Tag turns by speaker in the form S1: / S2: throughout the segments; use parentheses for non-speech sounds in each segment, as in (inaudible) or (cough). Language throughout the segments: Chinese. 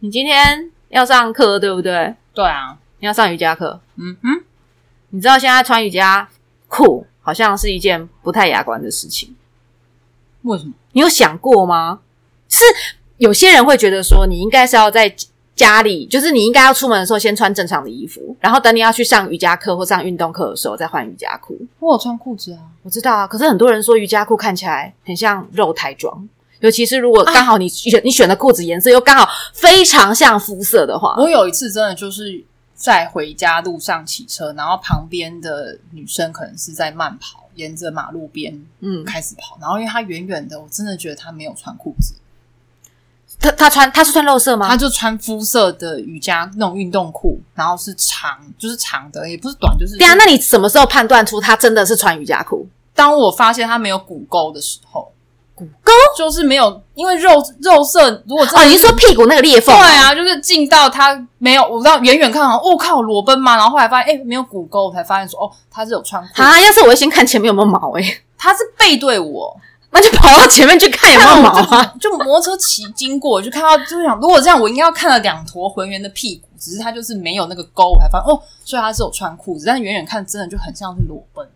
S1: 你今天要上课对不对？
S2: 对啊，
S1: 你要上瑜伽课，
S2: 嗯哼，
S1: 你知道现在穿瑜伽裤好像是一件不太雅观的事情，
S2: 为什么？
S1: 你有想过吗？是有些人会觉得说，你应该是要在家里，就是你应该要出门的时候先穿正常的衣服，然后等你要去上瑜伽课或上运动课的时候再换瑜伽裤。
S2: 我有穿裤子啊，
S1: 我知道啊，可是很多人说瑜伽裤看起来很像肉台装，尤其是如果刚好你选、你选的裤子颜色又刚好非常像肤色的话，
S2: 啊我有一次真的就是在回家路上骑车，然后旁边的女生可能是在慢跑，沿着马路边
S1: 嗯，
S2: 开始跑，然后因为她远远的，我真的觉得她没有穿裤子，
S1: 他他穿他是穿肉色吗？
S2: 她就穿肤色的瑜伽那种运动裤，然后是长，就是长的，也不是短，就是
S1: 对啊，那你什么时候判断出他真的是穿瑜伽裤？
S2: 当我发现它没有骨沟的时候，骨沟就是没有，因为肉肉色如果真的
S1: 哦，你是说屁股那个裂缝？
S2: 对，啊，就是近到它没有，我知道远远看好像，我、哦靠裸奔嘛，然后后来发现哎、没有骨沟，我才发现说哦它是有穿裤，
S1: 啊，要是我会先看前面有没有毛诶、欸 (laughs)
S2: 它是背对我，
S1: 那就跑到前面去看有没
S2: (laughs)
S1: 有毛啊。
S2: 就摩托车骑经过，就看到就想如果这样我应该要看了两坨浑圆的屁股，只是它就是没有那个沟，我才发现哦，所以它是有穿裤子，但远远看真的就很像是裸奔，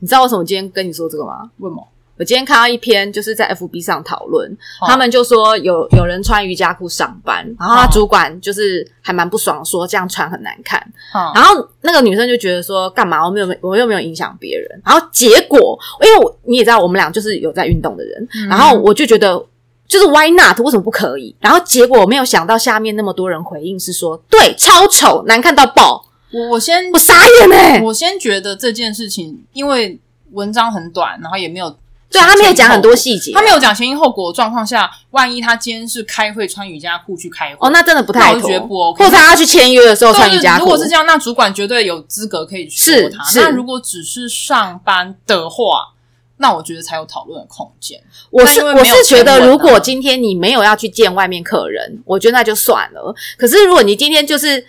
S1: 你知道为什么今天跟你说这个吗？
S2: 为什么？
S1: 我今天看到一篇就是在 FB 上讨论，
S2: 哦
S1: 他们就说有有人穿瑜伽裤上班，然后他
S2: 哦
S1: 主管就是还蛮不爽，说这样穿很难看。
S2: 啊、
S1: 然后那个女生就觉得说，干嘛我没有我又没有影响别人。然后结果，因为我你也知道，我们俩就是有在运动的人，
S2: 嗯
S1: 然后我就觉得。就是 why not？为什么不可以？然后结果我没有想到下面那么多人回应是说，对，超丑，难看到爆，
S2: 我我先
S1: 我傻眼哎、
S2: 我先觉得这件事情，因为文章很短，然后也没有
S1: 对啊，他没有讲很多细节，
S2: 他没有讲前因后果的状况下，万一他今天是开会穿瑜伽裤去开会，
S1: 哦，那真的不
S2: 那
S1: 太
S2: 我就
S1: 妥，
S2: 觉得不 OK
S1: 或者他要去签约的时候穿瑜伽
S2: 如
S1: 裤
S2: 果，是这样，那主管绝对有资格可以说
S1: 是
S2: 他。
S1: 是
S2: 那如果只是上班的话，那我觉得才有讨论的空间。
S1: 我
S2: 但
S1: 是
S2: 因为
S1: 我
S2: 没有
S1: 是觉
S2: 前
S1: 得，
S2: 文啊
S1: 如果今天你没有要去见外面客人，我觉得那就算了。可是如果你今天
S2: 啊
S1: 就是，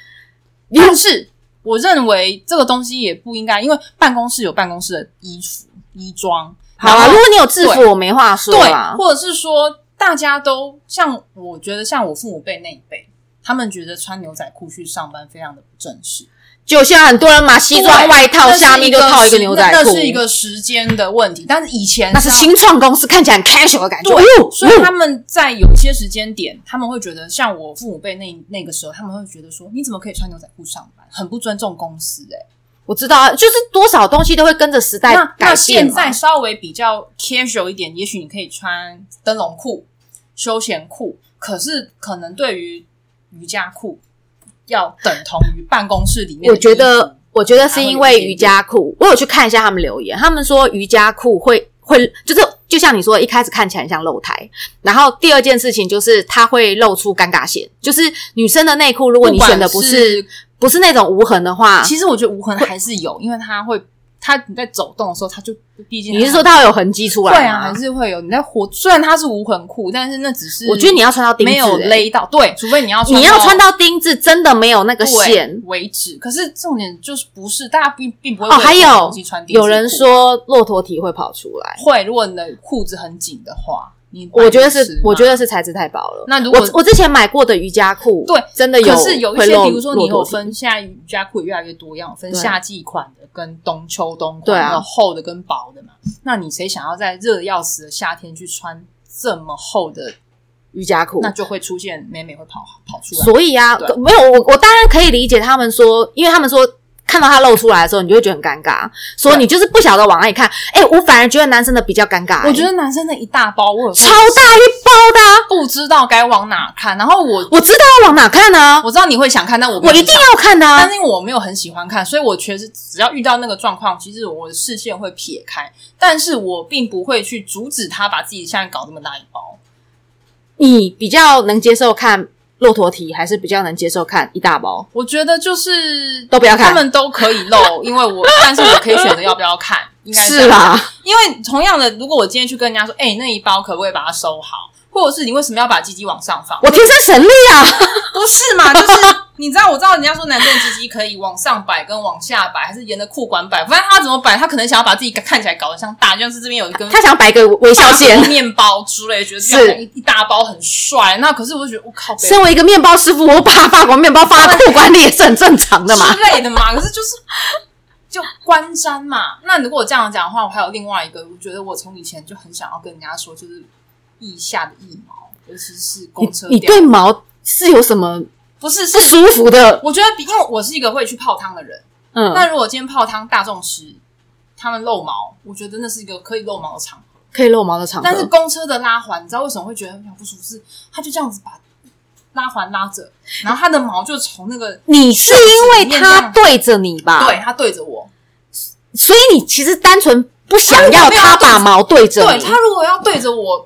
S2: 但是我认为这个东西也不应该，因为办公室有办公室的衣服、衣装。
S1: 好啊，
S2: 然后
S1: 如果你有制服，
S2: 对
S1: 我没话说啊
S2: 对，。或者是说大家都像我觉得像我父母辈那一辈，他们觉得穿牛仔裤去上班非常的不正式。
S1: 就像很多人嘛，西装外套
S2: 那是
S1: 下面就套一个牛仔
S2: 那
S1: 裤，
S2: 那是一个时间的问题。但是以前
S1: 那是
S2: 要
S1: 新创公司看起来很 casual 的感觉。
S2: 对
S1: 哎呦，
S2: 所以
S1: 哎呦
S2: 他们在有一些时间点，他们会觉得，像我父母辈那那个时候，他们会觉得说，你怎么可以穿牛仔裤上班？很不尊重公司哎、
S1: 我知道啊，就是多少东西都会跟着时代
S2: 那
S1: 改
S2: 那
S1: 变
S2: 现
S1: 嘛
S2: 在稍微比较 casual 一点，也许你可以穿灯笼裤、休闲裤，可是可能对于瑜伽裤要等同于办公室里面的
S1: 我觉
S2: 衣服
S1: 得，我觉得是因为瑜伽裤，我有去看一下他们留言，他们说瑜伽裤会会就是就像你说，一开始看起来很像露台，然后第二件事情就是它会露出尴尬线，就是女生的内裤，如果你选的不是
S2: 不管
S1: 不是那种无痕的话，
S2: 其实我觉得无痕还是有，因为它会，它你在走动的时候，它就毕竟
S1: 你是说它会有痕迹出
S2: 会
S1: 来
S2: 啊，
S1: 吗？
S2: 还是会有。你在活，虽然它是无痕裤，但是那只是
S1: 我觉得你要穿到钉子、
S2: 没有
S1: 欸
S2: 勒到，对，除非你要
S1: 你要穿
S2: 到
S1: 到钉子，真的没有那个
S2: 对
S1: 线。
S2: 为止。可是重点就是不是大家并并不会
S1: 哦
S2: 为了
S1: 还有
S2: 这个东西穿丁字裤
S1: 有人说骆驼体会跑出来，
S2: 会，如果你的裤子很紧的话，你
S1: 我觉得
S2: 白痴
S1: 是
S2: 吗，
S1: 我觉得是材质太薄了。
S2: 那如果
S1: 我我之前买过的瑜伽裤，
S2: 对
S1: 真的有，
S2: 可是有一
S1: 会
S2: 些，
S1: 露
S2: 比如说你
S1: 骆
S2: 有
S1: 驼体
S2: 分，现在瑜伽裤也越来越多样，分
S1: 对啊
S2: 夏季款的跟冬秋冬
S1: 对
S2: 款，
S1: 啊
S2: 还有厚的跟薄的嘛。那你谁想要在热得要死的夏天去穿这么厚的？
S1: 瑜伽裤
S2: 那。就会出现美美会跑跑出来。
S1: 所以啊，
S2: 对
S1: 可没有我，我当然可以理解他们说，因为他们说看到它露出来的时候，你就会觉得很尴尬，所以
S2: 对
S1: 你就是不晓得往哪里看。哎、我反而觉得男生的比较尴尬、欸
S2: 我觉得男生的一大包，我有时
S1: 超
S2: 候
S1: 大一包的啊、
S2: 不知道该往哪看。然后我
S1: 我知道要往哪看啊，
S2: 我知道你会想看，但我
S1: 我一定要看的、
S2: 但
S1: 啊。
S2: 是因为我没有很喜欢看，所以我确实只要遇到那个状况，其实我的视线会撇开，但是我并不会去阻止他把自己现在搞这么大一包。
S1: 你比较能接受看骆驼蹄，还是比较能接受看一大包？
S2: 我觉得就是
S1: 都不要看
S2: 他们都可以露，因为我，但是我可以选择要不要看，应该这
S1: 是
S2: 样，
S1: 啦，
S2: 因为同样的，如果我今天去跟人家说，哎、那一包可不可以把它收好？或者是你为什么要把鸡鸡往上放？
S1: 我天生神力 (laughs) 啊！
S2: 不是嘛？就是你知道，我知道人家说男生的鸡鸡可以往上摆，跟往下摆，还是沿着裤管摆。反正他怎么摆，他可能想要把自己看起来搞得像大，就像是这边有一根
S1: 他想摆个微笑
S2: 大
S1: 线
S2: 包。面包之类，觉得这样一一大包很帅。那可是我就觉得，我靠，北
S1: (laughs) 身为一个面包师傅，我把法国面包放在裤管里也是很正常的嘛。
S2: 之类的嘛。可 (laughs) 是就是就观瞻嘛。那如果这样讲的话，我还有另外一个，我觉得我从以前就很想要跟人家说，就是腋下的腋毛，尤其是公车
S1: 你
S2: 掉，
S1: 对毛是有什么
S2: 不是是
S1: 不。舒服的？
S2: 我觉得比，因为我是一个会去泡汤的人。
S1: 嗯，
S2: 那如果今天泡汤大众吃，他们漏毛，我觉得那是一个可以漏毛的场合。
S1: 可以露毛的场
S2: 但是
S1: 合，
S2: 公车的拉环，你知道为什么会觉得很不舒服？是它就这样子把拉环拉着，然后它的毛就从那个，
S1: 你是因为他对着你吧？
S2: 对，它对着我。
S1: 所以你其实单纯不想
S2: 他
S1: 要
S2: 如果没有
S1: 他把毛对着
S2: 对
S1: 你，
S2: 它如果要对着我，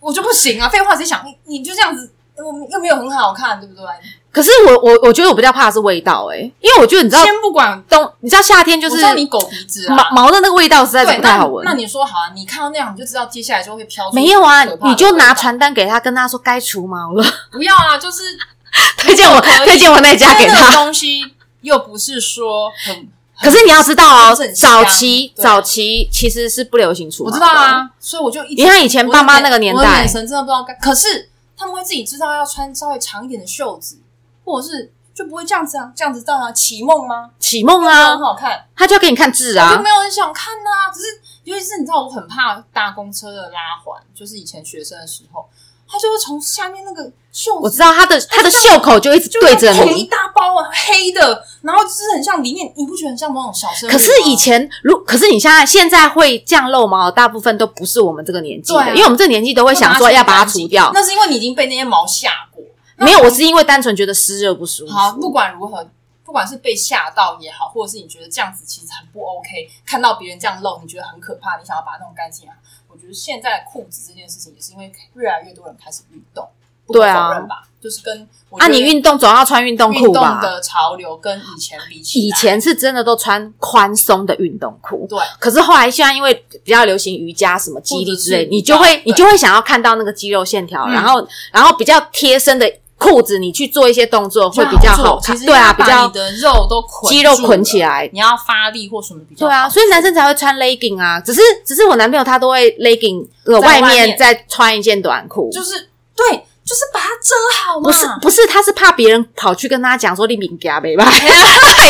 S2: 我就不行啊！废话，谁想你你就这样子，我们又没有很好看，对不对？
S1: 可是我我我觉得我比较怕的是味道哎、欸因为我觉得你知道
S2: 先不管，
S1: 冬，你知道夏天就
S2: 我
S1: 是
S2: 知道你狗鼻子啊
S1: 毛，毛的那个味道实在是
S2: 对，
S1: 不
S2: 那
S1: 太好闻
S2: 那。你说好啊，你看到那样你就知道接下来就会飘出
S1: 没有啊，
S2: 可怕的
S1: 你就拿
S2: 味道
S1: 传单给他，跟他说该除毛了，
S2: 不要啊，就是
S1: (laughs) 推荐我
S2: 可以哦
S1: 推荐我那家给
S2: 那个
S1: 他。
S2: 东西又不是说很，
S1: 可是你要知道哦
S2: 很，香
S1: 早期
S2: 对
S1: 早期其实是不流行除毛，
S2: 我知道，啊，所以我就一直
S1: 你看以前爸妈那个年
S2: 我的
S1: 代
S2: 眼，神真的不知道该。可是他们会自己知道要穿稍微长一点的袖子，或者是就不会这样子啊，这样子到啊起梦吗？
S1: 启梦
S2: 这样
S1: 啊
S2: 很，好看，
S1: 他就要给你看痣
S2: 就
S1: 啊，
S2: 没有人想看呐、只是尤其是你知道，我很怕搭公车的拉环，就是以前学生的时候，他就会从下面那个袖
S1: 我
S2: 子
S1: 知道他的他的袖口就一直
S2: 哎就
S1: 对着
S2: 捅一
S1: 你。
S2: 大包啊，黑的，然后就是很像里面，你不觉得很像某种小生物吗？
S1: 可是以前，如可是你现在现在会这样露毛，大部分都不是我们这个年纪
S2: 对
S1: 的，
S2: 啊
S1: 因为我们这个年纪都会想说要把它除掉。
S2: 那是因为你已经被那些毛吓过。那
S1: 没有，我是因为单纯觉得湿热不舒服。
S2: 好，不管如何，不管是被吓到也好，或者是你觉得这样子其实很不 OK，看到别人这样露，你觉得很可怕，你想要把它弄干净啊。我觉得现在的裤子这件事情也是因为越来越多人开始运动，不可
S1: 对啊
S2: 否认吧，就是跟我觉
S1: 啊，
S2: 得
S1: 你运动总要穿运动
S2: 运
S1: 裤
S2: 动
S1: 吧？
S2: 的潮流跟以前比起来，
S1: 以前是真的都穿宽松的运动裤，
S2: 对
S1: 可是后来现在因为比较流行瑜伽什么肌力之类，
S2: 或者是
S1: 你就会
S2: 对
S1: 你就会想要看到那个肌肉线条，
S2: 嗯
S1: 然后然后比较贴身的裤子，你去做一些动作会比较好看
S2: 其，实
S1: 对啊，
S2: 要
S1: 比
S2: 把
S1: 较
S2: 你的肉都捆
S1: 肌肉
S2: 住
S1: 捆
S2: 了
S1: 起来。
S2: 你要发力或什么比较
S1: 对啊，所以男生才会穿 legging 啊，只是只是我男朋友他都会 legging，呃，
S2: 在外
S1: 外
S2: 面
S1: 面再穿一件短裤，
S2: 就是对，就是把它遮好嘛。
S1: 不是不是，他是怕别人跑去跟他讲说你敏感北
S2: (laughs)
S1: 吧，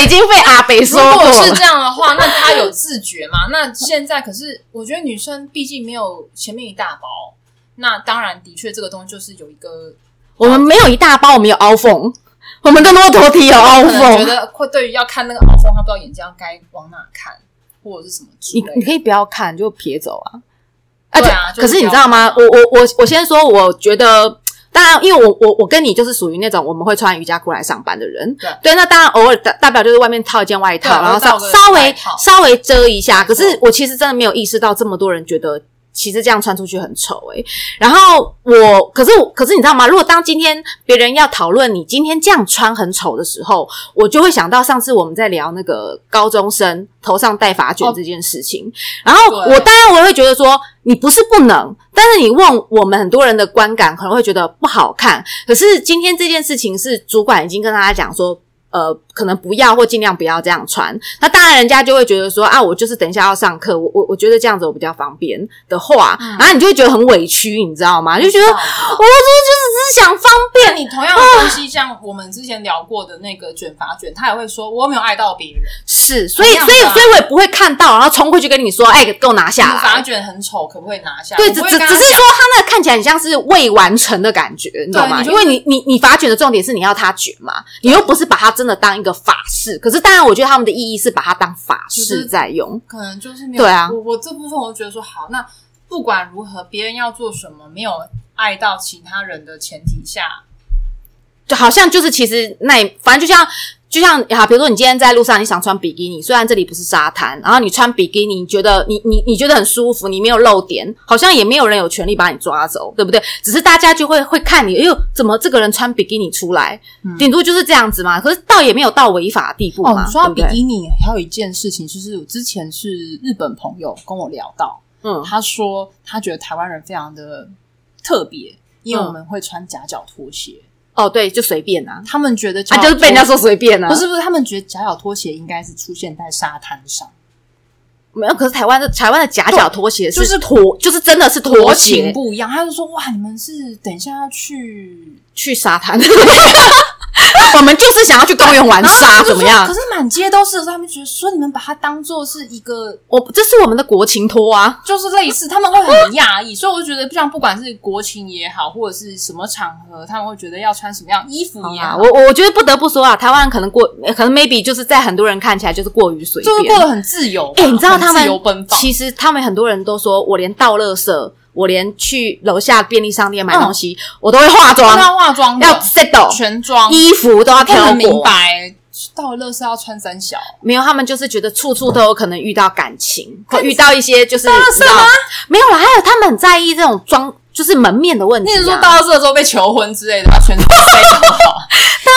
S1: 已经被阿北说
S2: 如
S1: 过
S2: 果
S1: 了。
S2: 是这样的话，那他有自觉
S1: (laughs)
S2: 吗？那现在可是，我觉得女生毕竟没有前面一大包，那当然的确这个东西就是有一个
S1: 我们没有一大包，我们有凹缝，我们更多头皮有凹
S2: 可能觉
S1: 缝。
S2: 得会对于要看那个凹缝，他不知道眼睛要该往哪看，或者是什么之
S1: 你
S2: 类
S1: 你
S2: 的。
S1: 可以不要看，就撇走啊。而且，
S2: 对啊就是
S1: 可是你知道吗？
S2: 不
S1: 我我我我先说，我觉得。当然，因为我我我跟你就是属于那种我们会穿瑜伽裤来上班的人，
S2: 对
S1: 那当然偶尔大大不了就是外面套一件外套，
S2: 对
S1: 然后
S2: 我
S1: 稍
S2: 到个
S1: 稍
S2: 外
S1: 微
S2: 套
S1: 稍微遮一下。可
S2: 没
S1: 是
S2: 错
S1: 我其实真的没有意识到这么多人觉得其实这样穿出去很丑诶、欸然后我，可是我可是你知道吗？如果当今天别人要讨论你今天这样穿很丑的时候，我就会想到上次我们在聊那个高中生头上戴发卷
S2: 哦
S1: 这件事情。然后
S2: 对
S1: 我当然我会觉得说，你不是不能，但是你问我们很多人的观感，可能会觉得不好看。可是今天这件事情是主管已经跟大家讲说。呃，可能不要或尽量不要这样穿。那当然，人家就会觉得说啊，我就是等一下要上课，我我我觉得这样子我比较方便的话，
S2: 嗯
S1: 然后你就会觉得很委屈，你知道吗？就觉得啊
S2: 知
S1: 我
S2: 道
S1: 就是只是想方便，
S2: 那你同样的东西，像我们之前聊过的那个卷发卷，他也会说我没有爱到别人，
S1: 是，所以
S2: 同样
S1: 所以
S2: 的啊
S1: 所以我也不会看到，然后冲过去跟你说，哎、给我拿下
S2: 卷发
S1: 来。
S2: 卷很丑，可不可以拿下？
S1: 对，
S2: 我
S1: 只
S2: 不会
S1: 只
S2: 跟
S1: 只
S2: 他
S1: 是说他那个看起来很像是未完成的感觉，你懂吗？
S2: 你就
S1: 因为你你你发卷的重点是你要它卷嘛，你又不是把它真的当一个法式。可是当然，我觉得他们的意义是把它当法
S2: 就是
S1: 式在用。
S2: 可能就是没有。
S1: 对啊
S2: 我我这部分我觉得说好，那不管如何，别人要做什么，没有爱到其他人的前提下，
S1: 就好像就是其实那也反正就像就像啊，比如说你今天在路上你想穿比基尼，虽然这里不是沙滩，然后你穿比基尼，你觉得你你你觉得很舒服，你没有露点，好像也没有人有权利把你抓走，对不对？只是大家就会会看你，哎呦，怎么这个人穿比基尼出来
S2: 嗯？
S1: 顶、多就是这样子嘛。可是倒也没有到违法的地步嘛，
S2: 哦你说到
S1: 对不
S2: 比
S1: 对？
S2: 基尼，还有一件事情，就是我之前是日本朋友跟我聊到，
S1: 嗯，
S2: 他说他觉得台湾人非常的特别，
S1: 嗯
S2: 因为我们会穿夹脚拖鞋，
S1: 哦，对，就随便啊，
S2: 他们觉得
S1: 啊，
S2: 夹脚
S1: 就是被人家
S2: 拖
S1: 说随便啊，
S2: 不是不是，他们觉得夹脚拖鞋应该是出现在沙滩上，
S1: 没有，可是台湾的台湾的夹脚拖鞋
S2: 对就是
S1: 拖，就是真的是
S2: 国
S1: 拖
S2: 情
S1: 鞋
S2: 不一样。他就说哇，你们是等一下要去
S1: 去沙滩。 (laughs) 我们就是想要去公园玩沙，怎么
S2: 然后他
S1: 样
S2: 就说可？是满街都是，他们觉得说你们把它当做是一个
S1: 我这是我们的国情拖啊，
S2: 就是类似，他们会很讶异，所以我就觉得，像不管是国情也好，或者是什么场合，他们会觉得要穿什么样衣服也
S1: 啊
S2: 好，
S1: 我我我觉得不得不说啊，台湾可能过，可能 maybe 就是在很多人看起来就是过于随
S2: 就是
S1: 便
S2: 过。得很自由吧。啊
S1: 哎、你知道他
S2: 很自由
S1: 们
S2: 奔放，
S1: 其实他们很多人都说，我连倒垃圾，我连去楼下便利商店买东西，我都会化
S2: 他
S1: 妆
S2: 们，要嗯化妆的
S1: 要 settle，
S2: 全妆，
S1: 衣服都要
S2: 他
S1: 挑
S2: 们明
S1: 过。
S2: 白到乐是要穿三小，
S1: 没有，他们就是觉得处处都有可能遇到感情，
S2: 感
S1: 会
S2: 情
S1: 遇到一些就是你知道没有啦，还有他们很在意这种装，就是门面的问题、
S2: 你
S1: 啊。
S2: 是说到乐色的时候被求婚之类的，把全妆穿什么好？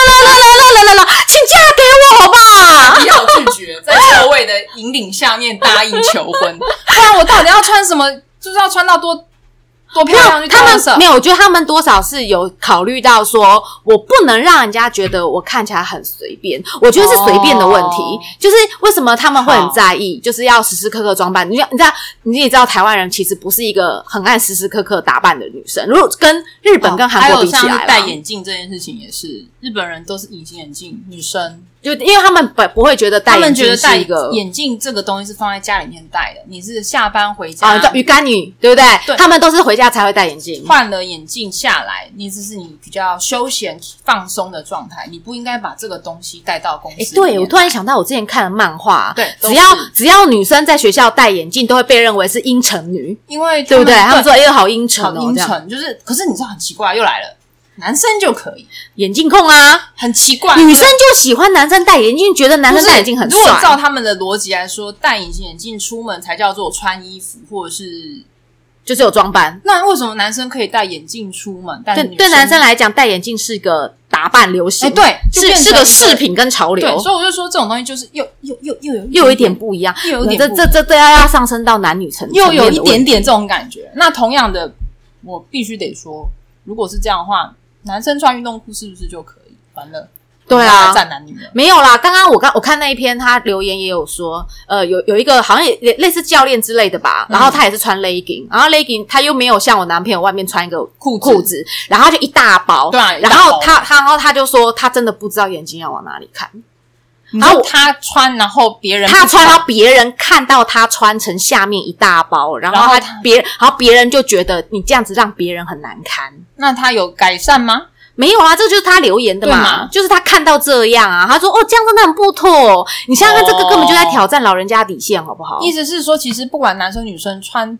S1: 来来来来来，请嫁给我好吧？
S2: 不要拒绝，在各位的引领下面答应求 (laughs) 婚，不哎然我到底要穿什么？就是要穿到多多漂亮去
S1: 他
S2: 到乐色
S1: 们没。有，我觉得他们多少是有考虑到说，我不能让人家觉得我看起来很随便。我觉得是随便的问题，
S2: 哦
S1: 就是为什么他们会
S2: 好
S1: 很在意，就是要时时刻刻装扮。你知道，你知道，你也知道，台湾人其实不是一个很爱时时刻刻打扮的女生。如果跟日本跟韩国比起
S2: 哦还有
S1: 来
S2: 像
S1: 啦，
S2: 是戴眼镜这件事情也是，日本人都是隐形眼镜，女生
S1: 就因为他们不不会觉得戴
S2: 他们
S1: 眼
S2: 觉
S1: 镜
S2: 得戴
S1: 是一个
S2: 眼镜这个东西是放在家里面戴的，你是下班回家、
S1: 啊，叫鱼干女，对不对？
S2: 对
S1: 他们都是回家才会戴眼镜。
S2: 换了眼镜下来，你只是你比较休闲放松的状态，你不应该把这个东西带到公司
S1: 哎
S2: 里，面来。
S1: 对，我突然想到我之前看的漫画，啊
S2: 对都
S1: 只要
S2: 是
S1: 只要女生在学校戴眼镜，都会被认为是阴沉女，
S2: 因为
S1: 对不对？他们说：“
S2: 对
S1: 哎呦，好阴沉
S2: 好
S1: 哦，
S2: 阴
S1: 这样
S2: 沉，就是可是你知道很奇怪，又来了，男生就可以，
S1: 眼镜控啊。
S2: 很奇怪”，
S1: 女生就喜欢男生戴眼镜，觉得男生戴眼镜很
S2: 如果照
S1: 帅。
S2: 他们的逻辑来说，戴隐形眼镜出门才叫做穿衣服，或者是
S1: 就是有装扮。
S2: 那为什么男生可以戴眼镜出门，但
S1: 对
S2: 是女
S1: 对，男生来讲，戴眼镜是个打扮流行，
S2: 哎对就是变成
S1: 是个
S2: 对
S1: 饰品跟潮
S2: 对，
S1: 流，
S2: 所以我就说这种东西就是又又又又有
S1: 又有一点不一样。
S2: 又有一点
S1: 这
S2: 不
S1: 这这这要要上升到男女层，
S2: 又有
S1: 层面
S2: 一
S1: 的问题
S2: 点点这种感觉。那同样的，我必须得说，如果是这样的话，男生穿运动裤是不是就可以？完了，
S1: 对啊
S2: 我们来站男女了。
S1: 没有啦，刚刚我刚我看那一篇，他留言也有说，呃，有有一个好像也也类似教练之类的吧，
S2: 嗯
S1: 然后他也是穿 legging，、然后 legging 他又没有像我男朋友外面穿一个
S2: 裤子
S1: 裤子，然后他就一大包，
S2: 对啊一大
S1: 然
S2: 包
S1: 后他他然后他就说他真的不知道眼睛要往哪里看，
S2: 然后他穿，然后别人
S1: 他
S2: 不
S1: 穿到别人看到他穿成下面一大包，然
S2: 然
S1: 后
S2: 后
S1: 他
S2: 他
S1: 别然后别人就觉得你这样子让别人很难堪。
S2: 那他有改善吗？
S1: 没有啊，这就是他留言的嘛，
S2: 对嘛
S1: 就是他看到这样啊，他说哦，这样真的很不妥。你想想看，这个
S2: 哦
S1: 根本就在挑战老人家底线，好不好？
S2: 意思是说，其实不管男生女生穿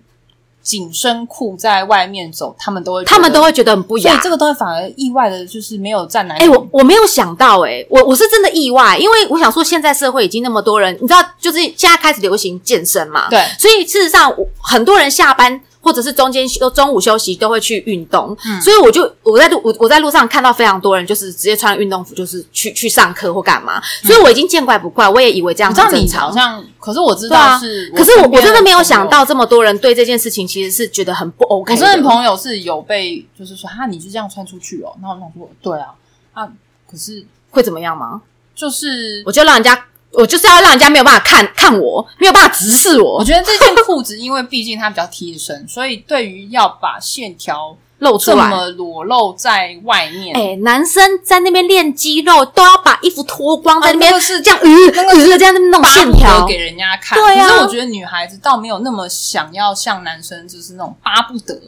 S2: 紧身裤在外面走，他们都会觉得
S1: 他们都，会觉得很不
S2: 所以
S1: 雅
S2: 这。个东西反而意外的就是没有站男女。
S1: 哎、我我没有想到、哎，我我是真的意外，因为我想说，现在社会已经那么多人，你知道，就是现在开始流行健身嘛，
S2: 对
S1: 所以事实上，我很多人下班或者是中间休中午休息都会去运动，
S2: 嗯
S1: 所以我就我在路我我在路上看到非常多人就是直接穿运动服就是去去上课或干嘛，所以我已经见怪不怪，我也以为这样很
S2: 我知道
S1: 正
S2: 嗯你
S1: 常
S2: 好。像，可是我知
S1: 对啊
S2: 道是，
S1: 可是我
S2: 身
S1: 我
S2: 边
S1: 真的没有
S2: 朋友
S1: 想，到这么多人对这件事情其实是觉得很不 OK
S2: 我
S1: 的。
S2: 身边朋友是有被就是说哈，你就这样穿出去哦。然后我想说，对啊，啊，可是
S1: 会怎么样吗？
S2: 就是
S1: 我就让人家，我就是要让人家没有办法看看我，没有办法直视
S2: 我
S1: 我，
S2: 觉得这件裤子，因为毕竟它比较贴身，所以对于要把线条
S1: 露
S2: 这
S1: 出来。
S2: 么裸露在外面，
S1: 哎、男生在那边练肌肉，都要把衣服脱光，在那边、
S2: 啊那个是
S1: 这样，呃，呃，这样弄
S2: 巴
S1: 线
S2: 不得
S1: 条
S2: 给。人家看。
S1: 对啊
S2: 可是我觉得女孩子倒没有那么想要像男生，就是那种巴不得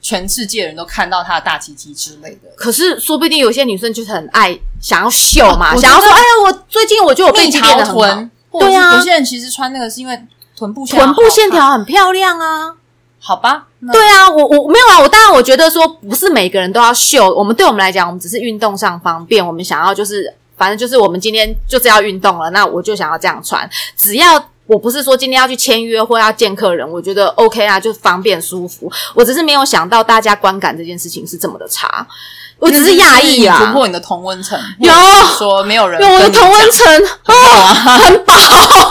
S2: 全世界人都看到她的大鸡鸡之类的。
S1: 可是说不定有些女生就是很爱想要秀嘛，
S2: 啊我觉得
S1: 想要说，哎呀，我最近我觉得我背
S2: 蜜
S1: 肌变
S2: 桃
S1: 得很好，
S2: 臀，或者是
S1: 对啊
S2: 有些人其实穿那个是因为臀部线
S1: 臀部线
S2: 好看，
S1: 条很漂亮啊。
S2: 好吧？那
S1: 对啊，我我没有啊，我当然我觉得说不是每个人都要秀，我们对我们来讲，我们只是运动上方便，我们想要就是反正就是我们今天就是要运动了，那我就想要这样穿，只要。我不是说今天要去签约或要见客人，我觉得 OK 啊，就方便舒服。我只是没有想到大家观感这件事情是这么的差，我只是讶异
S2: 你突
S1: 啊。
S2: 破你的同温层，
S1: 有
S2: 或者是说没有人
S1: 有我的
S2: 跟你
S1: 同温层啊，很饱，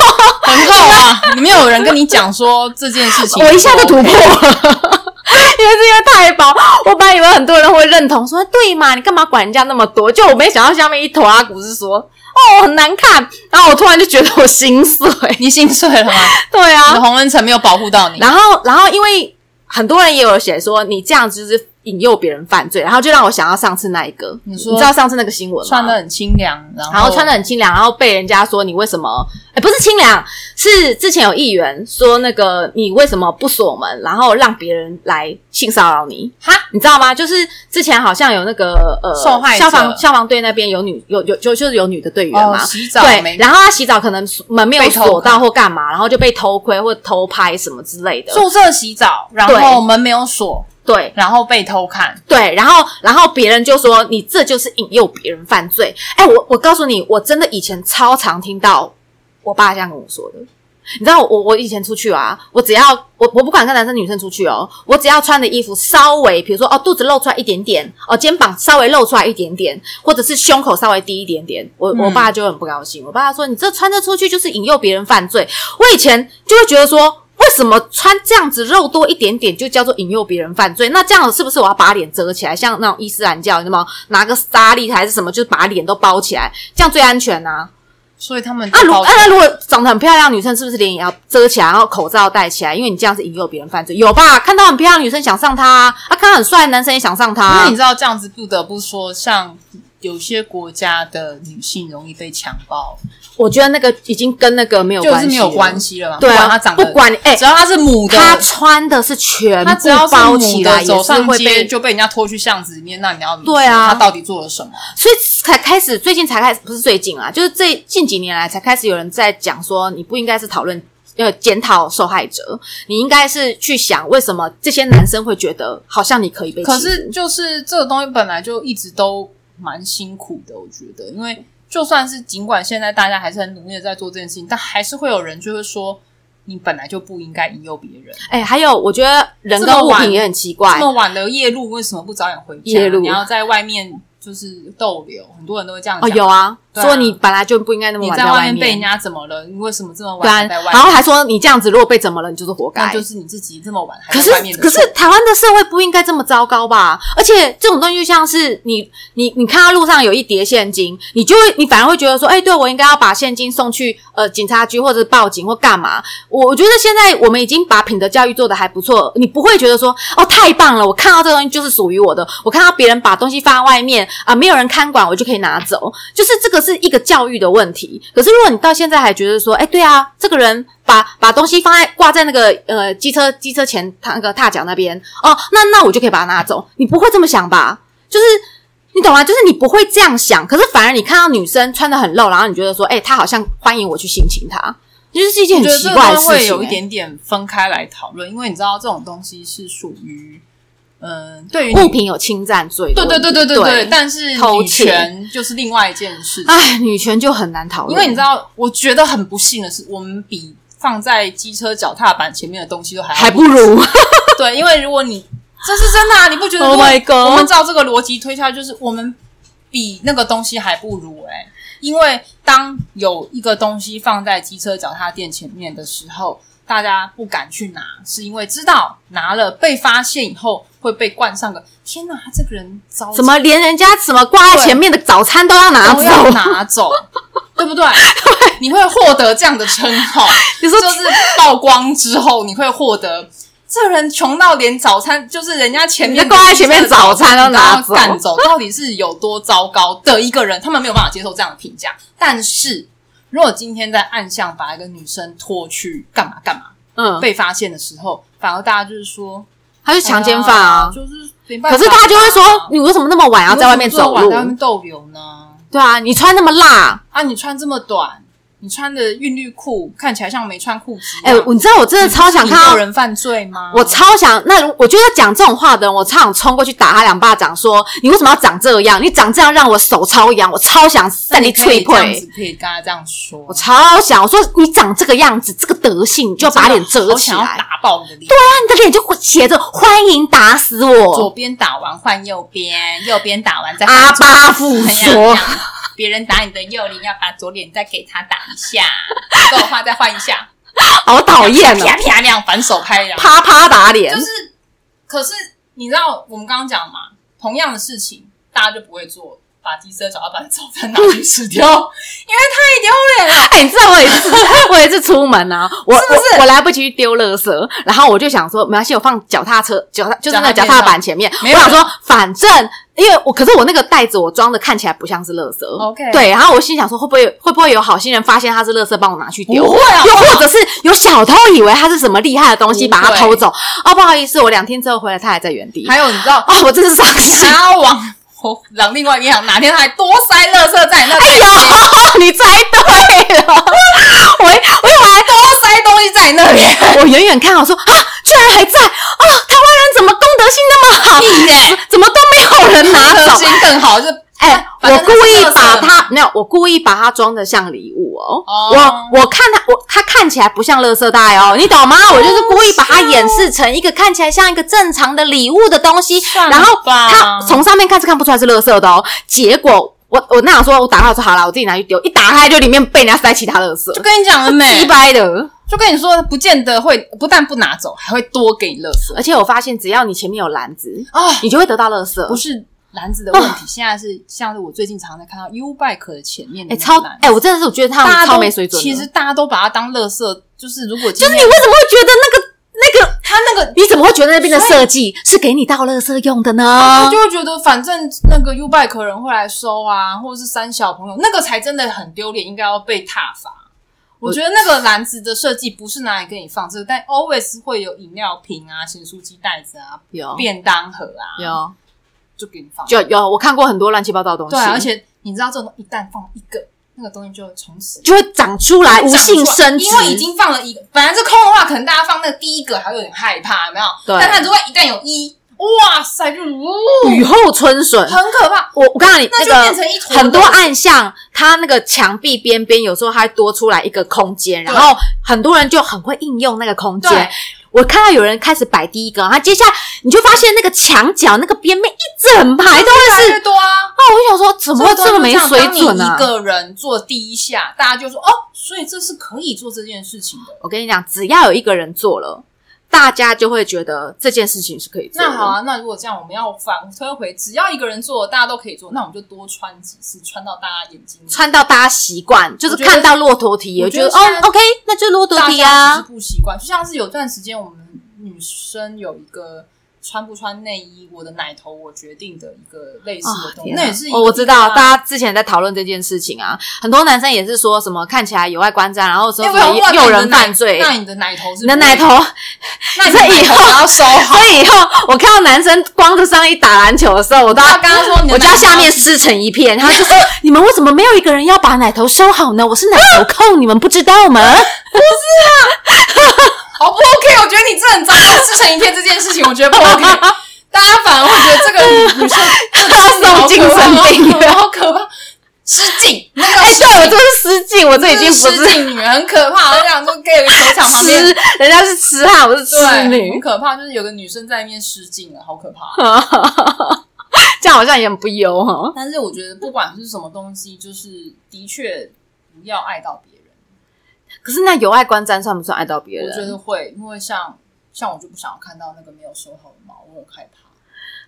S1: (laughs)
S2: 很够啊！你没有人跟你讲说这件事情，
S1: 我一下就突破了，也 (laughs) 是因为太薄，我本来以为很多人会认同说对嘛，你干嘛管人家那么多？就我没想到下面一头阿古是说哦很难看，然后我突然就觉得我心碎。
S2: 你心碎了吗？
S1: 对
S2: 你
S1: (laughs)
S2: 的
S1: 啊，
S2: 红温层没有保护到你。
S1: 然后然后因为很多人也有写说你这样子就是引诱别人犯罪，然后就让我想到上次那一个，
S2: 你说
S1: 知道上次那个新闻吗？
S2: 穿的很清凉，然后
S1: 然后穿的很清凉，然后被人家说你为什么？哎，不是清凉，是之前有议员说那个你为什么不锁门，然后让别人来性骚扰你？哈，你知道吗？就是之前好像有那个呃，
S2: 受害者
S1: 消防消防队那边有女有有就就是有女的队员
S2: 哦
S1: 嘛。
S2: 洗澡
S1: 对，
S2: 没，
S1: 然后他洗澡可能门没有
S2: 被偷
S1: 锁到
S2: 看
S1: 或干嘛，然后就被偷窥或偷拍什么之类的。
S2: 宿舍洗澡，然后门没有锁，
S1: 对，
S2: 然后被偷看，
S1: 对，然后然后别人就说你这就是引诱别人犯罪。哎，我我告诉你，我真的以前超常听到我爸这样跟我说的。你知道我我以前出去啊，我只要我我不管跟男生女生出去哦，我只要穿的衣服稍微，比如说哦肚子露出来一点点，哦肩膀稍微露出来一点点，或者是胸口稍微低一点点，我我
S2: 嗯
S1: 爸就很不高兴。我爸说你这穿着出去就是引诱别人犯罪。我以前就会觉得说，为什么穿这样子肉多一点点就叫做引诱别人犯罪？那这样是不是我要把脸遮起来？像那种伊斯兰教，你知道吗？拿个纱丽还是什么，就是把脸都包起来，这样最安全啊。
S2: 所以他们
S1: 啊，如
S2: 包
S1: 啊，那如果长得很漂亮的女生，是不是脸也要遮起来，然后口罩戴起来？因为你这样是引诱别人犯罪。有吧？看到很漂亮的女生想上她啊，啊，看到很帅的男生也想上她、
S2: 因为
S1: 啊
S2: 你。知道这样子不得不说，像有些国家的女性容易被强暴，
S1: 我觉得那个已经跟那个没有
S2: 就
S1: 关
S2: 是
S1: 系，
S2: 没有关。系了嘛，
S1: 对
S2: 不
S1: 啊
S2: 管她，长
S1: 不
S2: 得，
S1: 管哎、
S2: 只要她是母的，
S1: 她穿的是全
S2: 她只要
S1: 部
S2: 是
S1: 包
S2: 母
S1: 起
S2: 的
S1: 来，
S2: 走
S1: 也是
S2: 上
S1: 会
S2: 街
S1: 被，
S2: 就被人家拖去巷子里面，那你要理解
S1: 对啊
S2: 她到底做了什么？
S1: 所以才开始，最近才开始，不是最近啊，就是这近几年来才开始有人在讲说，你不应该是讨论。呃，检讨受害者，你应该是去想为什么这些男生会觉得好像你可以被欺负。
S2: 可是就是这个东西本来就一直都蛮辛苦的，我觉得，因为就算是尽管现在大家还是很努力的在做这件事情，但还是会有人就会说，你本来就不应该引诱别人。
S1: 哎、还有我觉得人
S2: 这
S1: 跟
S2: 么
S1: 物
S2: 晚
S1: 品也很奇
S2: 这
S1: 怪，
S2: 么晚的夜路为什么不早点回家？
S1: 夜路
S2: 你要在外面就是逗留，很多人都会这样
S1: 哦
S2: 讲。
S1: 有啊，
S2: 对啊
S1: 说你本来就不应该那么
S2: 你
S1: 晚
S2: 在
S1: 外
S2: 面被人
S1: 家
S2: 家怎么了？你为什么这么
S1: 对啊
S2: 晚还在，外
S1: 然后
S2: 面？
S1: 还说你这样子如果被怎么了，你就是活
S2: 那
S1: 该。
S2: 就是你自己这么晚还
S1: 可
S2: 在外面
S1: 是
S2: 的
S1: 可
S2: 错。
S1: 是台湾的社会不应该这么糟糕吧？而且这种东西就像是你你你看到路上有一叠现金，你就会你反而会觉得说，哎、对我应该要把现金送去呃警察局或者报警或干嘛？我我觉得现在我们已经把品德教育做得还不错，你不会觉得说哦太棒了，我看到这东西就是属于我的，我看到别人把东西放在外面啊、没有人看管，我就可以拿走，就是这个是一个教育的问题。可是如果你到现在还觉得说，哎，对啊，这个人把把东西放在挂在那个呃机车机车前踏那个踏脚那边，哦，那那我就可以把它拿走，你不会这么想吧？就是。你懂吗？就是你不会这样想，可是反而你看到女生穿的很露，然后你觉得说，哎、她好像欢迎我去性侵她，就是一件
S2: 我
S1: 很
S2: 觉得
S1: 奇
S2: 这个
S1: 怪
S2: 东
S1: 的
S2: 西
S1: 事情、
S2: 会有一
S1: 哎
S2: 点点分开来讨论，因为你知道这种东西是属于，嗯、对于
S1: 物
S2: 你
S1: 品有侵占罪的问
S2: 对对
S1: 题。
S2: 对对对
S1: 对
S2: 对，但是
S1: 偷
S2: 女
S1: 窃
S2: 权就是另外一件事情。
S1: 哎，女权就很难讨论，
S2: 因为你知道，我觉得很不幸的是，我们比放在机车脚踏板前面的东西都还要
S1: 还不如
S2: 对，因为如果你这是真的啊，你不觉
S1: (laughs)
S2: 得
S1: Oh
S2: 如果
S1: my god
S2: 我们照这个逻辑推下去，就是我们比那个东西还不如哎、因为当有一个东西放在机车脚踏垫前面的时候，大家不敢去拿，是因为知道拿了被发现以后会被冠上个“天哪，他这个人糟
S1: 怎么连人家什么挂在前面的早餐都要拿
S2: 都
S1: 走？
S2: 要拿走”，对不对？你会获得这样的称
S1: (laughs)
S2: 号。
S1: (laughs) 你说
S2: 就是曝光之后，你会获得这人穷到连早餐，就是人家前面
S1: 人家挂在前面早餐都拿走
S2: 都要干走，到底是有多糟糕的一个人？他们没有办法接受这样的评价。但是如果今天在暗巷把一个女生拖去干嘛干嘛，
S1: 嗯，
S2: 被发现的时候，反而大家就是说
S1: 他是强奸犯啊。
S2: 就是没办
S1: 可
S2: 法
S1: 是他就会说
S2: 啊，
S1: 你为什么那么晚要在外面走
S2: 你为什么这么晚
S1: 路
S2: 在？外面逗留呢？
S1: 对啊，你穿那么辣，
S2: 啊，你穿这么短，你穿的韵律裤看起来像没穿裤子一
S1: 哎、
S2: 样。
S1: 我你知道我真的超想
S2: 你
S1: 看
S2: 没有
S1: 到。
S2: 人犯罪吗？
S1: 我超想，那如我觉得讲这种话的人，我超想冲过去打他两巴掌，说你为什么要长这样？你长这样让我手超痒，我超想
S2: 那
S1: 扇你
S2: 可
S1: 脆
S2: 以这样
S1: 腿
S2: 子。可以跟他这样说，
S1: 我超想，我说你长这个样子，这个德性，你就把脸
S2: 我
S1: 遮起
S2: 想要
S1: 来，
S2: 打爆你的脸，对，
S1: 那你的脸就写着“欢迎打死
S2: 左
S1: 我
S2: 边打完换右边，右边打完”，再换
S1: 阿
S2: 左边
S1: 巴父
S2: 这样这
S1: 说
S2: 样。别人打你的右脸，要把左脸再给他打一下，够话再换一下，
S1: 好讨厌哦
S2: 啪，啪两反手拍两，
S1: 啪啪打脸
S2: 就。是可是你知道我们刚刚讲嘛，同样的事情大家就不会做，把机车脚踏板早餐拿去吃掉，因为太丢脸了。
S1: 哎、你知道我有一次， (laughs) 我有一次出门啊，我
S2: 是不是
S1: 我我来不及去丢垃圾，然后我就想说，没关系，我放脚踏车，脚踏就是那个
S2: 脚
S1: 脚
S2: 踏
S1: 踏
S2: 板
S1: 板前面。
S2: 没有
S1: 我想说，反正因为我，可是我那个袋子我装的看起来不像是垃圾
S2: OK
S1: 对，然后我心想说，会不会会不会有好心人发现它是垃圾，帮我拿去丢？
S2: 不会啊
S1: 又或者是有小偷以为它是什么厉害的东西，
S2: 不
S1: 把
S2: 会
S1: 它偷走？哦，不好意思，我两天之后回来，它还在原地。
S2: (laughs) 还有你知道，
S1: 哦，我真是伤心。
S2: 他要往我往另外一边想，哪天他还多塞垃圾在那里，
S1: 哦你猜对了， (laughs) 我我以为
S2: 多塞东西在那里，
S1: 我远远看，我说啊，居然还在啊！台湾人怎么公德心那么好？
S2: 屁嘞！
S1: 怎么都没有人拿
S2: 颗
S1: 走？
S2: 心更好，就
S1: 哎、
S2: 反
S1: 我
S2: 正
S1: 故
S2: 它是
S1: 意
S2: 垃圾
S1: 把
S2: 嘛
S1: 它没有，我故意把它装的像礼物哦。
S2: 哦
S1: 我我看它，我它看起来不像垃圾袋哦，你懂吗？我就是故意把它演示成一个看起来像一个正常的礼物的东西，
S2: 算了
S1: 然后
S2: 吧
S1: 它从上面看是看不出来是垃圾的哦。结果我我那想说，我打开我说好了，我自己拿去丢，一打开就里面被人家塞其他垃圾
S2: 就，跟你讲了没
S1: 鸡？掰的。
S2: 就跟你说，不见得会，不但不拿走，还会多给你垃圾
S1: 而且我发现，只要你前面有篮子，
S2: 啊！
S1: 你就会得到垃圾。
S2: 不是篮子的问题，现在是像是我最近常常看到 U Bike 的前面的
S1: 哎、
S2: 那个
S1: 超
S2: 篮
S1: 哎、我真的是我觉得他
S2: 大家
S1: 们
S2: 都
S1: 超没水准的。
S2: 其实大家都把它当垃圾，就是如果就
S1: 就是你为什么会觉得那个那个
S2: 他那个。
S1: 你怎么会觉得那边的设计是给你倒垃圾用的
S2: 他
S1: 呢？
S2: 就会觉得，反正那个 U bike 人会来收啊，或者是三小朋友，那个才真的很丢脸，应该要被踏罚。我
S1: 我
S2: 觉得那个篮子的设计不是拿来给你放这个，但 always 会有饮料瓶啊、咸酥鸡袋子啊、
S1: 有
S2: 便当盒啊，
S1: 有
S2: 就给你放。
S1: 哦就有，我看过很多乱七八糟的东西。
S2: 对啊，而且你知道，这种一旦放一个，那个东西就会从此
S1: 就会长出来无
S2: 长出来
S1: 性生殖，
S2: 因为已经放了一个，本来是空的话，可能大家放那个第一个还会有点害怕，有没有？
S1: 对
S2: 但它如果一旦有一，哇塞，就呜，
S1: 雨后春笋。
S2: 很可怕。
S1: 我我告诉你，
S2: 那就
S1: 嗯个
S2: 变成一坨
S1: 很多
S2: 东
S1: 暗巷，它那个墙壁边边有时候它会多出来一个空间，然
S2: 对
S1: 后很多人就很会应用那个空间
S2: 对。
S1: 我看到有人开始摆第一个，然后接下来你就发现那个墙角那个边面一整排都会
S2: 越来
S1: 是。
S2: 越多啊，
S1: 哦，我想说怎么会这么没水
S2: 所以
S1: 准啊
S2: 当你
S1: 呢、
S2: 一个人做第一下，大家就说哦，所以这是可以做这件事情的。
S1: 我跟你讲，只要有一个人做了，大家就会觉得这件事情是可以做的。
S2: 那好啊，那如果这样，我们要反推回，只要一个人做，大家都可以做，那我们就多穿几次，穿到大家眼睛里。
S1: 穿到大家习惯，就是
S2: 我觉得
S1: 看到骆驼蹄也
S2: 我
S1: 觉
S2: 觉得
S1: 得
S2: 现在
S1: 哦，OK，那就是 (laughs) 骆驼
S2: 大
S1: 蹄
S2: 家只
S1: 啊
S2: 是。不习惯，就像是有段时间我们女生有一个穿不穿内衣，我的奶头我决定的一个类似的东西，
S1: 天啊
S2: 那也是一个
S1: 哦，我知道，
S2: 大家
S1: 大家之前在讨论这件事情啊，很多男生也是说什么看起来有碍观瞻，然后说什么诱人犯罪，
S2: 那你的奶头是
S1: 你的奶头，，
S2: 那
S1: (laughs)
S2: 你
S1: 所以
S2: 的奶
S1: 以
S2: 头
S1: 后
S2: 要收好。
S1: (laughs) 所以以后我看到男生光着上衣打篮球的时候，我都
S2: 我
S1: 要
S2: 要跟他说你的
S1: 我就要
S2: 奶头
S1: 下面撕成一片，他就说你们为什么没有一个人要把奶头收好呢？我是奶头控，你们不知道
S2: (laughs)
S1: 吗？
S2: 好哦不 OK？我觉得你这很糟糕，撕成一片这件事情，我觉得不
S1: (laughs)
S2: OK。大家反而会觉得这个女生
S1: 送精 (laughs) 神病
S2: 好可怕好可怕，失敬。那个
S1: 哎，
S2: 失
S1: (laughs) 对我
S2: 敬
S1: 真是失敬，我这已经不
S2: 失
S1: 是
S2: 敬女很可怕，我想说给有个球场旁边
S1: 痴，人家是痴汉，我是痴
S2: 对，很
S1: 女，
S2: 可怕，就是有个女生在那边失禁了，好
S1: (laughs)
S2: 可怕。
S1: 这样好像也很不优哦哈。
S2: 但是我觉得不管是什么东西，就是的确不要爱到别人，
S1: 可是那有碍观瞻算不算爱到别人？
S2: 我觉得会，因为像像我就不想要看到那个没有收好的毛，我很害怕。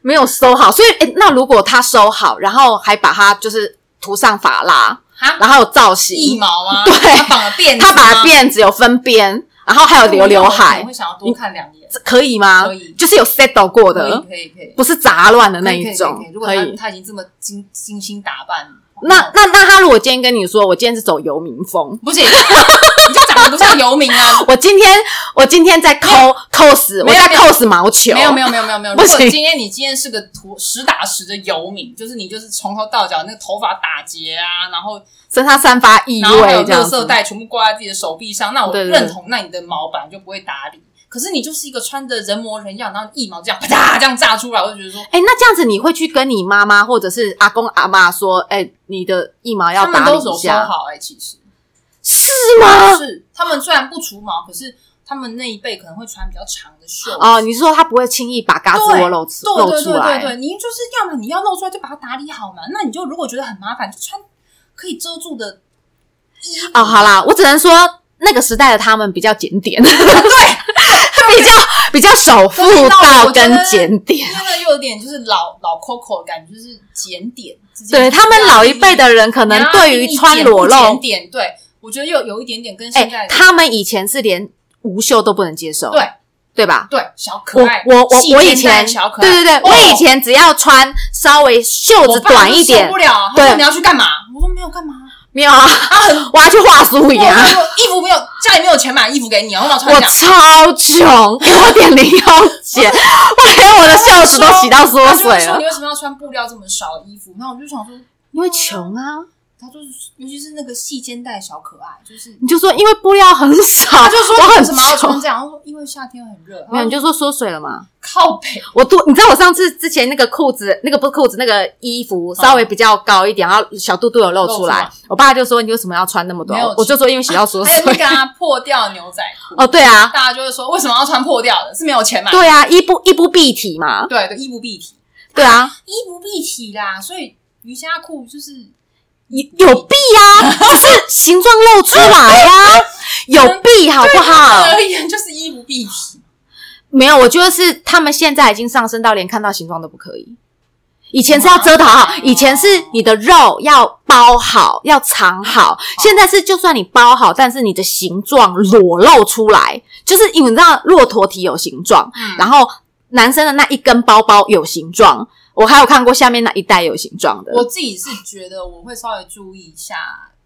S1: 没有收好，所以诶那如果他收好，然后还把它就是涂上发蜡，
S2: 哈，
S1: 然后有造
S2: 腋
S1: 型，
S2: 毛吗？
S1: 对
S2: 他绑了辫子啊吗，
S1: 他把辫子有分边，然后还有留刘海
S2: 我，会想要多看两眼。
S1: 这可以吗？
S2: 可以
S1: 就是有 settle 过
S2: 可以
S1: 的，
S2: 可以可以，
S1: 不是杂乱的那
S2: 可以
S1: 一种
S2: 可以可以。如，果
S1: 可
S2: 他
S1: 以。
S2: 他已经这么精精心打扮，哦
S1: 那那那他如果今天跟你说，我今天是走游民风，
S2: 不行， (laughs) 你就长得不像游民啊！
S1: 我今天我今天在抠抠死，
S2: 没
S1: 我
S2: 有
S1: 在
S2: 没有
S1: 抠死毛球，
S2: 没有没有没有没有没
S1: (laughs)
S2: 有。
S1: 不
S2: 如
S1: 行
S2: 果今天你今天是个图实打实的游民，就是你就是从头到脚那个头发打结啊，然后
S1: 身上散发异
S2: 然后还有
S1: 味这
S2: 垃
S1: 样
S2: 圾
S1: 子。
S2: 袋全部挂在自己的手臂上，那我
S1: 对对
S2: 认同，那你的毛板就不会打理。可是你就是一个穿着人模人样，然后一毛这样啪嗒这样炸出来，我就觉得说
S1: 哎、那这样子你会去跟你妈妈或者是阿公阿妈说，哎、你的腋毛要
S2: 他们
S1: 打理
S2: 都手
S1: 一
S2: 收
S1: 下，
S2: 好哎、其实
S1: 是吗？
S2: 是他们虽然不除毛，可是他们那一辈可能会穿比较长的袖子。
S1: 哦，你是说他不会轻易把嘎子窝露出
S2: 对
S1: 露
S2: 对
S1: 出
S2: 对对
S1: 来？
S2: 对，你就是要么你要露出来就把它打理好嘛，那你就如果觉得很麻烦，就穿可以遮住的
S1: 哦，好啦，我只能说那个时代的他们比较检点，对，他 (laughs) 比较比较手
S2: 我
S1: 妇
S2: 知道我
S1: 道
S2: 觉得
S1: 跟检点。
S2: 那个又有点就是老老 Coco 的感觉，就是检点之间。
S1: 对他们老一辈的人，可
S2: 你
S1: 能
S2: 要
S1: 对于
S2: 定义
S1: 穿
S2: 检
S1: 裸
S2: 不检
S1: 露，
S2: 点，对我觉得有有一点点跟
S1: 哎、
S2: 现在的
S1: 他们以前是连无袖都不能接受，
S2: 对
S1: 对吧？
S2: 对小
S1: 我
S2: 可爱，
S1: 我我我以
S2: 细肩
S1: 前
S2: 带的小可爱，
S1: 对对对，
S2: 哦
S1: 我以前只要穿稍微袖
S2: 我
S1: 子
S2: 爸
S1: 短一
S2: 就
S1: 点
S2: 受不，了。啊他
S1: 对
S2: 说你要去干嘛？我说没有干嘛，
S1: 没有啊， (laughs) 我要去画苏
S2: 我
S1: 影啊，
S2: 我衣服没有，家里没有钱买衣服给你啊，我哪有穿
S1: 我
S2: 这样？
S1: 超穷，给我点零用 (laughs) 钱，我连我的袖子都洗到缩
S2: 他就会
S1: 水
S2: 说
S1: 了
S2: 你，为什么要穿布料这么少的衣服？那我就想说，
S1: 因为穷啊，
S2: 他就是尤其是那个细肩带小可爱，就是
S1: 你就说因为布料很少，
S2: 他就说
S1: 我
S2: 你为
S1: 很
S2: 什么要穿
S1: 穷，
S2: 这样？我说因为夏天很热，
S1: 没有你
S2: 就
S1: 就说缩水了嘛。
S2: 靠北，
S1: 我多，你知道我上次之前那个裤子，那个不是裤子，那个衣服稍微比较高一点，然后小肚肚嗯有露出来。
S2: 露出
S1: 我爸就说你为什么要穿那么多
S2: 没有？
S1: 我就说因为洗到 (laughs) 缩
S2: 还有那
S1: 水。
S2: 个啊破掉的牛仔裤，
S1: 哦，对啊，
S2: 大家就会说为什么要穿破掉的？是没有钱买的。
S1: 对啊，衣不衣不蔽体嘛。
S2: 对对，衣不蔽体，
S1: 对
S2: (laughs)
S1: 啊，
S2: 衣不蔽体啦，所以瑜伽裤就是
S1: 有有蔽 (laughs) 啊，就是形状露出来呀、啊，有蔽好不好？
S2: 而言就是衣不蔽体。
S1: 没有，我觉得是他们现在已经上升到连看到形状都不可以。以前是要遮的好好，以前是你的肉要包好，要藏好。现在是就算你包好，但是你的形状裸露出来，就是因为你知道骆驼体有形状，
S2: 嗯
S1: 然后男生的那一根包包有形状，我还有看过下面那一带有形状的。
S2: 我自己是觉得我会稍微注意一下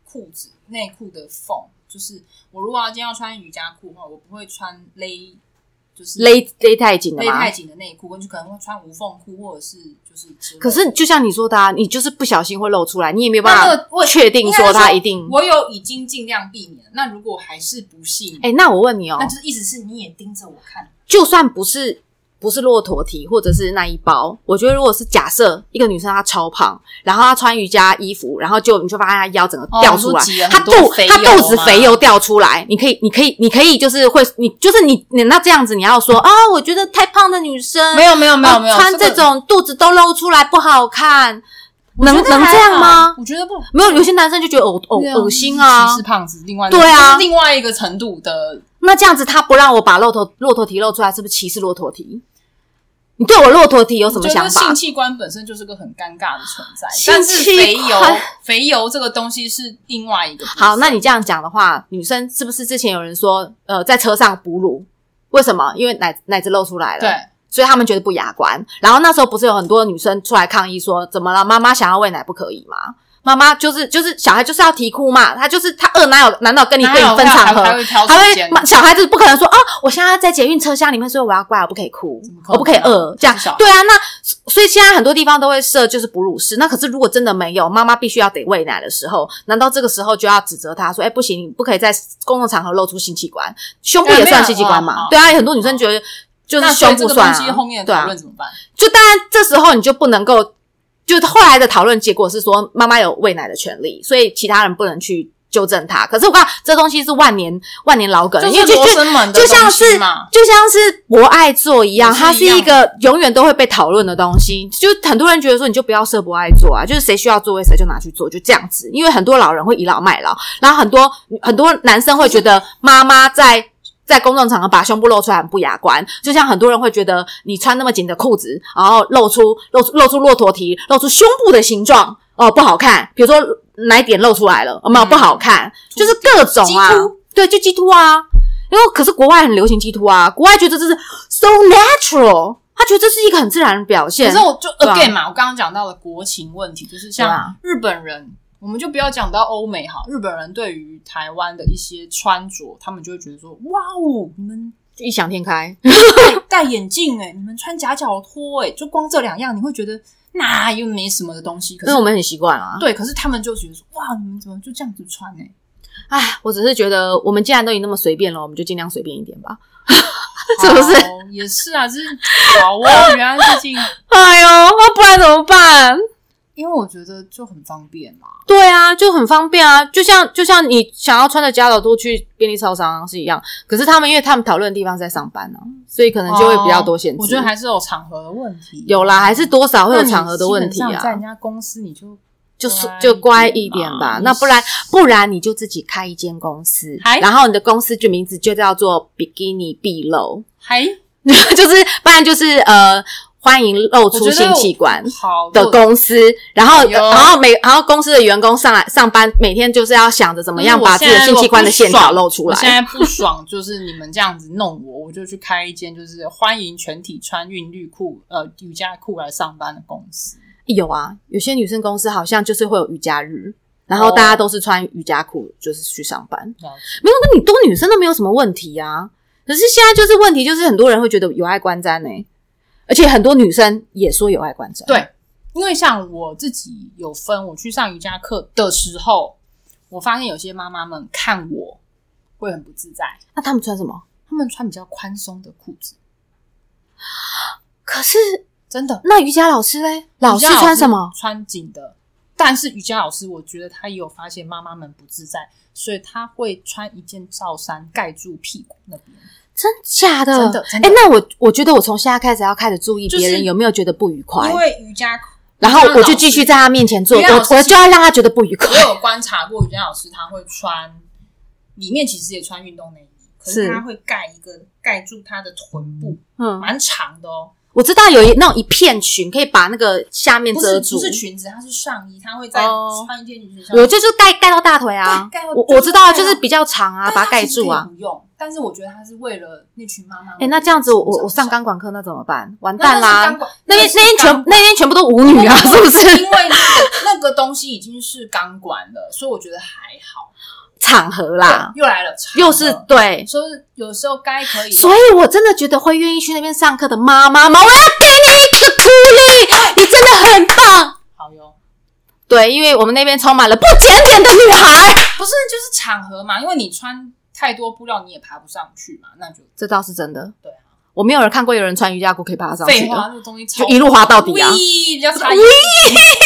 S2: 裤子内裤的缝，就是我如果要今天要穿瑜伽裤的话，我不会穿勒，就是
S1: 勒勒太紧了
S2: 勒
S1: 吗
S2: 太？紧的内裤，我就可能会穿无缝裤或者是就是之类的。
S1: 可是就像你说的、啊，你就是不小心会露出来，你也没有
S2: 那
S1: 办
S2: 那个我
S1: 法确定说它一
S2: 应
S1: 定。
S2: 该是说我有已经尽量避免了。那如果还是不幸，
S1: 哎、那我问你哦，
S2: 那就是一直是你也盯着我看，
S1: 就算不是不是骆驼体，或者是那一包，我觉得如果是假设一个女生她超胖，然后她穿瑜伽衣服，然后就你就发现她腰整个掉出来，
S3: 哦你说挤了
S1: 她
S3: 很
S1: 肚
S3: 多肥
S1: 她
S3: 油
S1: 肚子
S3: 吗
S1: 肥油掉出来，你可以你可以你可以就是会你就是你你那这样子你
S3: (laughs)
S1: 要说啊，我觉得太胖的女生
S3: 没有没有没有
S1: 啊
S3: 没有，
S1: 穿这
S3: 个
S1: 种肚子都露出来不好看，能
S3: 我觉得
S1: 能
S3: 还
S1: 这样
S3: 好
S1: 吗？
S3: 我觉得不
S1: 没有，有些男生就觉得恶恶
S3: 对
S1: 恶心啊
S3: 歧视，胖子，另外
S1: 对啊
S3: 这是另外一个程度的
S1: 那这样子他不让我把骆驼骆驼蹄露出来，是不是歧视骆驼蹄？你对我骆驼蹄有什么想
S3: 我觉得
S1: 法
S3: 性？器官本身就是个很尴尬的存在，
S1: 性
S3: 但是肥
S1: 器
S3: 油
S1: 官
S3: 肥油这个东西是另外一个部分。
S1: 好，那你这样讲的话，女生是不是之前有人说，呃，在车上哺乳？为什么？因为奶奶子露出来了，
S3: 对，
S1: 所以他们觉得不雅观。然后那时候不是有很多女生出来抗议说，怎么了？妈妈想要喂奶不可以吗？妈妈就是就是小孩就是要啼哭嘛，他就是他饿，哪有难道跟你
S3: 哪
S1: 跟
S3: 有
S1: 你分场合？
S3: 还会挑
S1: 他
S3: 时间
S1: 会，妈小孩子不可能说啊，我现在在捷运车厢里面，所以我要乖，我不可以哭
S3: 么，可能
S1: 我不可以饿，这样
S3: 至少
S1: 对啊。那所所以现在很多地方都会设就是哺乳室，那可是如果真的没有，妈妈必须要得喂奶的时候，难道这个时候就要指责他说，哎、不行，你不可以在公共场合露出性器官，胸部也算性器官嘛？
S3: 对
S1: 对啊，很多女生觉得就是
S3: 那所
S1: 胸
S3: 以这
S1: 部
S3: 个
S1: 算、
S3: 东西后
S1: 啊，
S3: 面的
S1: 对
S3: 讨
S1: 啊
S3: 论，怎么办？
S1: 就当然这时候你就不能够。就是后来的讨论结果是说，妈妈有喂奶的权利，所以其他人不能去纠正她。可是我告诉你这东西是万年万年老梗，因为
S3: 是
S1: 就
S3: 罗
S1: 就
S3: 生门的
S1: 就像
S3: 东西
S1: 是
S3: 嘛，
S1: 就像是博爱座一样，
S3: 也是
S1: 它是
S3: 一样
S1: 一个永远都会被讨论的东西。就很多人觉得说，你就不要设博爱座啊，就是谁需要座位谁就拿去做，就这样子。因为很多老人会倚老卖老，然后很多很多男生会觉得妈妈在。在公众场合把胸部露出来很不雅观，就像很多人会觉得你穿那么紧的裤子，然后露出露出露出骆驼蹄，露出胸部的形状哦、不好看。比如说奶点露出来了，有哦没有、
S3: 嗯
S1: 不好看？就是各种啊
S3: 鸡突，
S1: 对，就鸡突啊，因为可是国外很流行 T 图啊，国外觉得这是 so natural，他觉得这是一个很自然的表
S3: 可
S1: 现。
S3: 是我就
S1: 对啊
S3: again 嘛，我刚刚讲到的国情问题，就是
S1: 对
S3: 像
S1: 啊
S3: 日本人。我们就不要讲到欧美哈，日本人对于台湾的一些穿着，他们就会觉得说：“哇哦，你们
S1: 异想天开，
S3: 戴眼镜哎、你们穿夹脚拖哎、就光这两样，你会觉得那又没什么的东西。”可
S1: 因为
S3: 是
S1: 我们很习惯啊。
S3: 对，可是他们就觉得说，哇，你们怎么就这样子穿欸呢、
S1: 哎，我只是觉得我们既然都已经那么随便了，我们就尽量随便一点吧， (laughs) 是不是？
S3: 好？也是啊，就是好哦，原来最近，
S1: 哎呦，那不然怎么办？
S3: 因为我觉得就很方便嘛。
S1: 对啊，就很方便啊，就像就像你想要穿着夹脚拖去便利超商是一样，可是他们因为他们讨论的地方是在上班啊，所以可能就会比较多限制。
S3: 哦我觉得还是有场合的问题，
S1: 有啦，还是多少会
S3: 那
S1: 有
S3: 你
S1: 场合的问题
S3: 基本上在人
S1: 啊。
S3: 家公司你就
S1: 就
S2: 乖
S1: 是
S2: 一
S1: 就乖
S2: 点
S1: 一点
S2: 吧
S1: 吧。那不然不然你就自己开一间公司
S2: 哎，
S1: 然后你的公司就名字就叫做比基尼碧露，
S2: 还
S1: (laughs) 就是不然就是呃欢迎露
S2: 我
S1: 出
S2: 觉得
S1: 性器官。
S2: 好
S1: 的
S2: 我
S1: 公司，然后、
S2: 哎呦
S1: 然后每然后公司的员工上来上班，每天就是要想着怎么样
S2: 嗯可是我
S1: 把自己的
S2: 现在
S1: 性器官的线条
S2: 如
S1: 露出
S2: 我
S1: 来
S2: 现。在不爽，就是你们这样子弄我，我就去开一间就是欢迎全体穿运绿裤、呃瑜伽裤来上班的公司。
S1: 有啊，有些女生公司好像就是会有瑜伽日，然后
S2: 哦
S1: 大家都是穿瑜伽裤，就是去上班。
S2: 了解
S1: 没有，那你多女生都没有什么问题啊。可是现在就是问题，就是很多人会觉得有碍观瞻呢、欸而且很多女生也说有碍观瞻。
S2: 对因为像我自己有分，我去上瑜伽课的时候，我发现有些妈妈们看我会很不自在，
S1: 那他们穿什么？
S2: 她们穿比较宽松的裤子，
S1: 可是
S2: 真的。
S1: 那瑜伽老师嘞？老师穿什么？？
S2: 穿紧的。但是瑜伽老师，我觉得他也有发现妈妈们不自在，所以他会穿一件罩衫盖住屁股那边。
S1: 真假的？
S2: 真的真的
S1: 哎、那我我觉得我从现在开始要开始注意
S2: 就是
S1: 别人有没有觉得不愉快，
S2: 因为瑜伽，
S1: 然后我就继
S2: 瑜
S1: 续在
S2: 伽
S1: 他面前做，
S2: 瑜伽
S1: 我
S2: 老师
S1: 我就要让他觉得不愉快
S2: 老师。。我有观察过瑜伽老师，他会穿里面其实也穿运动内衣，可是
S1: 是
S2: 他会盖一个盖住他的臀部，
S1: 嗯，
S2: 蛮长的哦。
S1: 我知道有一那种一片裙可以把那个下面
S2: 不
S1: 遮
S2: 是
S1: 住，
S2: 不是裙子，它是上衣，他会再
S1: 哦
S2: 穿一件女生。
S1: 我就是盖盖到大腿啊
S2: 对盖到，
S1: 我
S2: 就是
S1: 我知道
S2: 盖
S1: 啊
S2: 到
S1: 就是比较长啊，
S2: 但是
S1: 把
S2: 它
S1: 它盖
S2: 其实
S1: 住啊
S2: 可。以不用，但是我觉得他是为了那群妈妈们。
S1: 哎、那这样子我我我上钢
S2: 钢。
S1: 管课那怎么办？完
S2: 那
S1: 蛋啦！那边
S2: 是
S1: 那边
S2: 钢
S1: 全那边全部都舞
S2: (laughs)
S1: 女啊，是不是？
S2: 因为那个那个东西已经是钢管了，所以我觉得还好。
S1: 场合啦，
S2: 又来了，长
S1: 啊又是
S2: 了
S1: 对，
S2: 所以有时候该可以，
S1: 所以我真的觉得会愿意去那边上课的妈妈们，我要给你一个鼓励，你真的很棒。
S2: 好哟。
S1: 对，因为我们那边充满了不检点的女孩，
S2: 不是就是场合嘛，因为你穿太多布料你也爬不上去嘛，那就
S1: 这倒是真的。
S2: 对啊，
S1: 我没有人看过有人穿瑜伽裤可以爬上去
S2: 废话，
S1: 的，
S2: 那个东西超
S1: 就一路滑到底啊。
S2: 喂比较差一点。